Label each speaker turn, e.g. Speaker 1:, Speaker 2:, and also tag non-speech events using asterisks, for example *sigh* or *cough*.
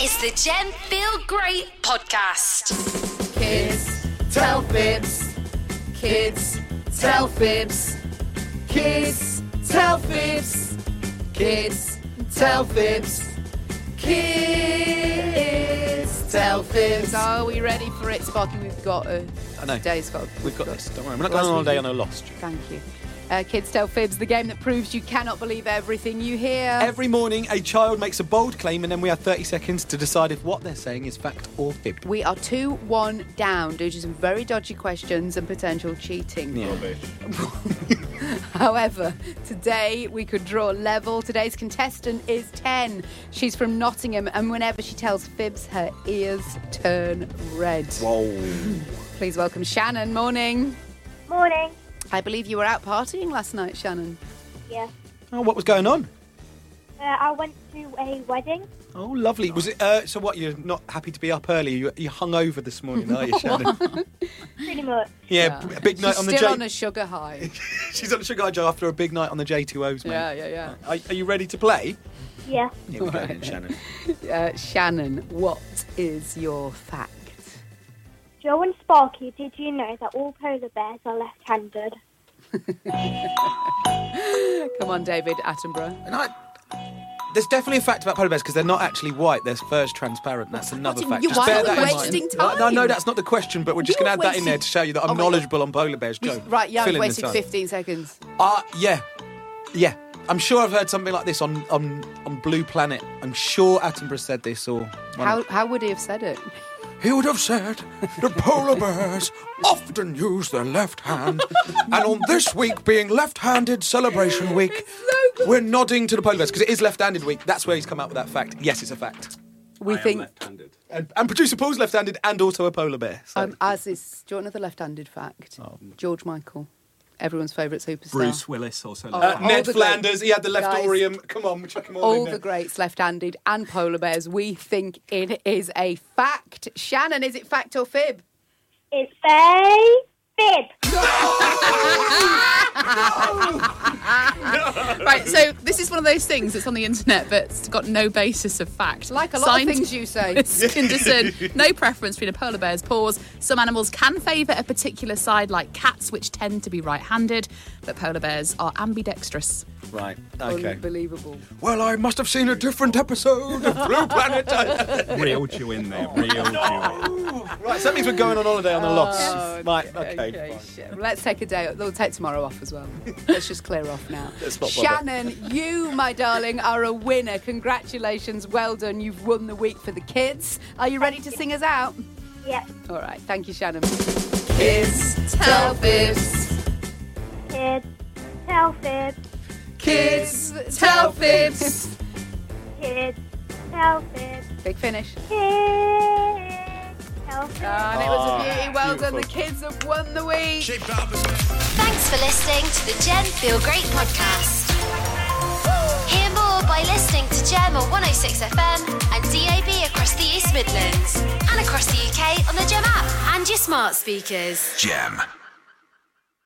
Speaker 1: It's the Gem Feel Great podcast.
Speaker 2: Kids tell fibs. Kids tell fibs. Kids tell fibs. Kids tell fibs. Kids tell fibs. Are we ready for it, Sparky? We've got a
Speaker 3: I know.
Speaker 2: today's got.
Speaker 3: We've got this. Don't worry. We're not going on all day on a lost.
Speaker 2: Thank you. Uh, Kids Tell Fibs, the game that proves you cannot believe everything you hear.
Speaker 3: Every morning, a child makes a bold claim, and then we have 30 seconds to decide if what they're saying is fact or fib.
Speaker 2: we are 2 1 down due to some very dodgy questions and potential cheating. *laughs* However, today we could draw level. Today's contestant is 10. She's from Nottingham, and whenever she tells fibs, her ears turn red.
Speaker 3: Whoa.
Speaker 2: Please welcome Shannon. Morning.
Speaker 4: Morning.
Speaker 2: I believe you were out partying last night, Shannon.
Speaker 4: Yeah.
Speaker 3: Oh, what was going on?
Speaker 4: Uh, I went to a wedding.
Speaker 3: Oh, lovely. Was it? Uh, so what? You're not happy to be up early. You, you hung over this morning, are you,
Speaker 2: *laughs*
Speaker 3: Shannon?
Speaker 4: Pretty much.
Speaker 3: yeah, b- a big night
Speaker 2: She's
Speaker 3: on the
Speaker 2: still
Speaker 3: J.
Speaker 2: on a sugar high.
Speaker 3: *laughs* She's on a sugar high Joe after a big night on the J2Os, mate.
Speaker 2: yeah, yeah,
Speaker 3: Are, are you ready to play?
Speaker 4: Yeah.
Speaker 3: Here we go, then, Shannon.
Speaker 2: yeah. Uh, Shannon, what is your fact?
Speaker 4: Joe and Sparky, did you know that all polar bears are left-handed?
Speaker 2: Come on, David Attenborough.
Speaker 3: And I. There's definitely a fact about polar bears because they're not actually white. They're first transparent. That's another
Speaker 2: do-
Speaker 3: fact.
Speaker 2: you-
Speaker 3: Just
Speaker 2: why
Speaker 3: bear
Speaker 2: are
Speaker 3: that
Speaker 2: we
Speaker 3: in
Speaker 2: wasting
Speaker 3: mind. No, no,
Speaker 2: time?
Speaker 3: that's not the question. But we're just
Speaker 2: You're
Speaker 3: going to add that in there
Speaker 2: wasting-
Speaker 3: to show you that I'm
Speaker 2: Oh my God.
Speaker 3: knowledgeable on polar bears. Joe,
Speaker 2: Right, yeah,
Speaker 3: fill
Speaker 2: I've
Speaker 3: in the
Speaker 2: wasted
Speaker 3: time.
Speaker 2: 15 seconds.
Speaker 3: Uh, yeah. Yeah. I'm sure I've heard something like this on, on, on Blue Planet. I'm sure Attenborough said this or. one
Speaker 2: How,
Speaker 3: of-
Speaker 2: how would he have said it?
Speaker 3: He would have said the polar bears often use their left hand. and on this week being left handed celebration week, we're nodding to the polar bears because it is left handed week. That's where he's come out with that fact. Yes, it's a fact.
Speaker 2: We think.
Speaker 3: And, and producer Paul's left handed and also a polar bear. So.
Speaker 2: Um, as is, do you want another left-handed fact?
Speaker 3: Oh.
Speaker 2: George Michael, everyone's favourite superstar.
Speaker 5: Bruce Willis also.
Speaker 2: Oh,
Speaker 5: left
Speaker 2: all
Speaker 5: hand.
Speaker 3: uh, Ned
Speaker 2: the great-
Speaker 3: Flanders, he had the left
Speaker 2: Guys,
Speaker 3: orium. Come on, chuck him all, in
Speaker 2: All
Speaker 3: there.
Speaker 2: the greats left-handed and polar bears. We think it is a fact. Shannon, is it fact or fib?
Speaker 4: It's a fib.
Speaker 6: Right, so this is one of those things that's on the internet but it's got no basis of fact.
Speaker 2: Like a lot of things you say.
Speaker 6: *laughs* Skinderson, no preference between a polar bear's paws. Some animals can favour a particular side, like cats, which tend to be right handed, but polar bears are ambidextrous.
Speaker 3: Right, okay.
Speaker 2: Unbelievable.
Speaker 3: Well, I must have seen a different episode of
Speaker 2: *laughs*
Speaker 3: Blue Planet.
Speaker 5: Reeled you in there. Reeled you. in.
Speaker 3: right, so that means we're going on holiday on the loss. Right, okay.
Speaker 2: Okay, shit. Well, let's take a day. They'll take tomorrow off as
Speaker 3: *laughs*
Speaker 2: well. Let's just clear off now.
Speaker 3: Let's not bother.
Speaker 2: Shannon, you, my darling, are a winner. Congratulations. Well done. You've won the week for the kids. Are you ready to sing us out?
Speaker 4: Yeah.
Speaker 2: All right. Thank you, Shannon. Kids tell fibs.
Speaker 4: Kids, tell fibs.
Speaker 2: Kids tell fibs.
Speaker 4: Kids, tell fibs.
Speaker 2: Big finish.
Speaker 4: Kids, tell fibs.
Speaker 2: And it
Speaker 3: Ah,
Speaker 2: was a beauty. Well done. The kids have won the week.
Speaker 1: Thanks for listening to the Gem Feel Great podcast. Hear more by listening to Gem on 106 FM and DAB across the East Midlands and across the UK on the Gem app and your smart speakers.
Speaker 7: Gem.